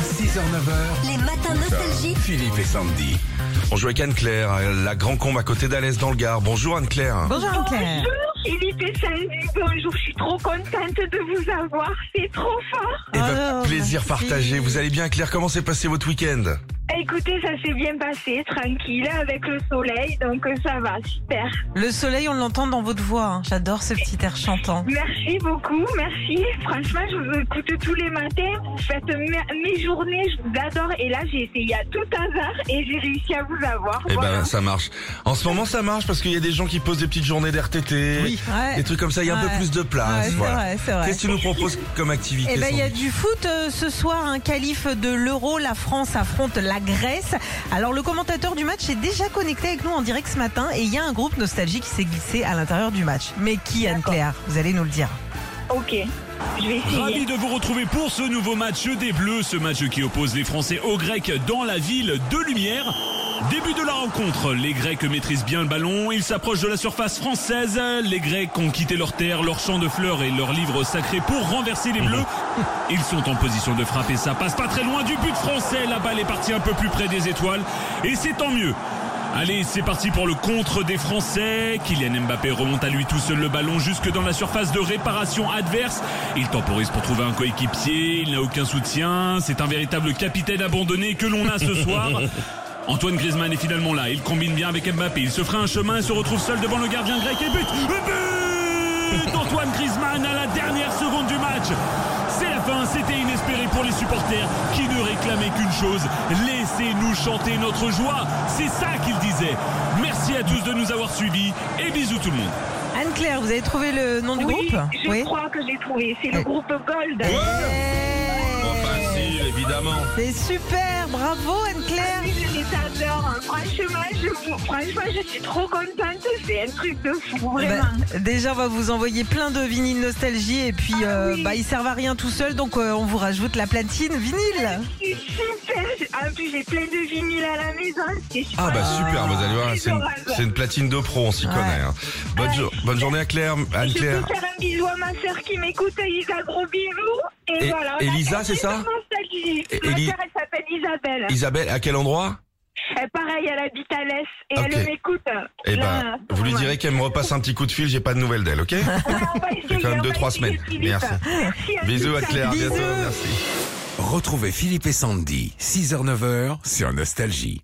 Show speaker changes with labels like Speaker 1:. Speaker 1: 6h-9h,
Speaker 2: Les matins nostalgiques.
Speaker 1: Philippe et Sandy.
Speaker 3: On joue avec Anne-Claire, euh, la Grand Combe à côté d'Alès dans le Gard. Bonjour Anne-Claire.
Speaker 4: Bonjour Anne-Claire.
Speaker 5: Philippe et Sandy, bonjour, je suis trop contente de vous avoir, c'est trop fort.
Speaker 3: Et
Speaker 4: Alors,
Speaker 3: Eh ben, plaisir
Speaker 4: merci.
Speaker 3: partagé. Vous allez bien Claire Comment s'est passé votre week-end Eh
Speaker 5: Écoutez, ça s'est bien passé, tranquille, avec le soleil, donc euh, ça va, super.
Speaker 4: Le soleil, on l'entend dans votre voix. hein. J'adore ce petit air chantant.
Speaker 5: Merci beaucoup, merci. Franchement, je vous écoute tous les matins, vous faites me- mes journées, je vous adore. Et là, j'ai essayé à tout hasard et j'ai réussi à vous avoir.
Speaker 3: Eh
Speaker 5: Voilà.
Speaker 3: ben ça marche. En ce moment ça marche parce qu'il y a des gens qui posent des petites journées d'RTT,
Speaker 4: Ouais.
Speaker 3: des trucs comme ça. Il y a un peu
Speaker 4: Ouais.
Speaker 3: plus de
Speaker 4: Ouais,
Speaker 3: place.
Speaker 4: c'est
Speaker 3: voilà.
Speaker 4: vrai, c'est vrai.
Speaker 3: Qu'est-ce que tu nous proposes comme activité
Speaker 4: Eh ben, il y a
Speaker 3: Sandy
Speaker 4: du foot euh, ce soir, un qualif de l'Euro. La France affronte la Grèce. Alors, le commentateur du match est déjà connecté avec nous en direct ce matin et il y a un groupe nostalgie qui s'est glissé à l'intérieur du match. Mais qui, Anne-Claire Vous allez nous le dire.
Speaker 5: Ok, je vais essayer.
Speaker 6: Ravi de vous retrouver pour ce nouveau match des Bleus, ce match qui oppose les Français aux Grecs dans la ville de Lumière. Début de la rencontre, les Grecs maîtrisent bien le ballon, ils s'approchent de la surface française, les Grecs ont quitté leur terre, leur champ de fleurs et leur livre sacré pour renverser les Bleus. Ils sont en position de frapper, ça passe pas très loin du but français, la balle est partie un peu plus près des étoiles et c'est tant mieux. Allez, c'est parti pour le contre des Français. Kylian Mbappé remonte à lui tout seul le ballon jusque dans la surface de réparation adverse. Il temporise pour trouver un coéquipier, il n'a aucun soutien. C'est un véritable capitaine abandonné que l'on a ce soir. Antoine Griezmann est finalement là, il combine bien avec Mbappé, il se fera un chemin et se retrouve seul devant le gardien grec et but But d'Antoine Griezmann à la dernière seconde du match C'est la fin, c'était inespéré pour les supporters qui ne réclamaient qu'une chose, laissez-nous chanter notre joie, c'est ça qu'ils disaient. Merci à tous de nous avoir suivis et bisous tout le monde.
Speaker 4: Anne-Claire, vous avez trouvé le nom du
Speaker 5: Oui,
Speaker 4: groupe
Speaker 5: je crois que j'ai trouvé, c'est
Speaker 4: Eh.
Speaker 5: le groupe Gold.
Speaker 3: Bon, facile, évidemment.
Speaker 4: C'est super, bravo Anne-Claire.
Speaker 5: Oui, je les adore. Franchement, je, vous- franchement, je suis trop contente. C'est un truc de fou,
Speaker 3: Eh ben,
Speaker 5: vraiment.
Speaker 4: Bah, déjà, on va vous envoyer plein de vinyles nostalgie et puis euh,
Speaker 5: oui.
Speaker 4: bah, ils servent à rien tout seuls, donc euh, on vous rajoute la platine vinyle.
Speaker 5: C'est super. En plus, j'ai plein de vinyles à la maison. C'est super.
Speaker 3: Ah bah super, vous allez voir, c'est une, c'est une platine de pro, on s'y
Speaker 4: Ah, Ouais.
Speaker 3: connaît. hein. Bonne, jour- bonne journée à Claire,
Speaker 5: Je
Speaker 3: Anne-Claire.
Speaker 5: peux faire un bisou à ma soeur qui m'écoute, Elisa, gros bisous. Et,
Speaker 3: Et-
Speaker 5: voilà. on
Speaker 3: et
Speaker 5: a
Speaker 3: Lisa,
Speaker 5: quatre
Speaker 3: c'est ça
Speaker 5: enfants nostalgiques.
Speaker 3: Et-
Speaker 5: Ma
Speaker 3: et Li-
Speaker 5: soeur, elle s'appelle Isabelle.
Speaker 3: Isabelle, à quel endroit
Speaker 5: Elle, pareil, elle habite à l'Est et
Speaker 3: Ok.
Speaker 5: elle m'écoute.
Speaker 3: Eh ben,
Speaker 5: Là,
Speaker 3: vous lui
Speaker 5: ouais.
Speaker 3: direz qu'elle me repasse un petit coup de fil, j'ai pas de nouvelles d'elle, ok
Speaker 5: Ouais, on va essayer,
Speaker 3: quand même
Speaker 5: on
Speaker 3: deux,
Speaker 5: va
Speaker 3: trois
Speaker 5: essayer
Speaker 3: semaines.
Speaker 5: plus vite.
Speaker 3: Merci.
Speaker 5: Merci à
Speaker 3: Bisous
Speaker 5: tous,
Speaker 3: à Claire, à
Speaker 4: Bisous.
Speaker 3: bientôt, merci.
Speaker 1: Retrouvez Philippe et Sandy, 6h-9h sur Nostalgie.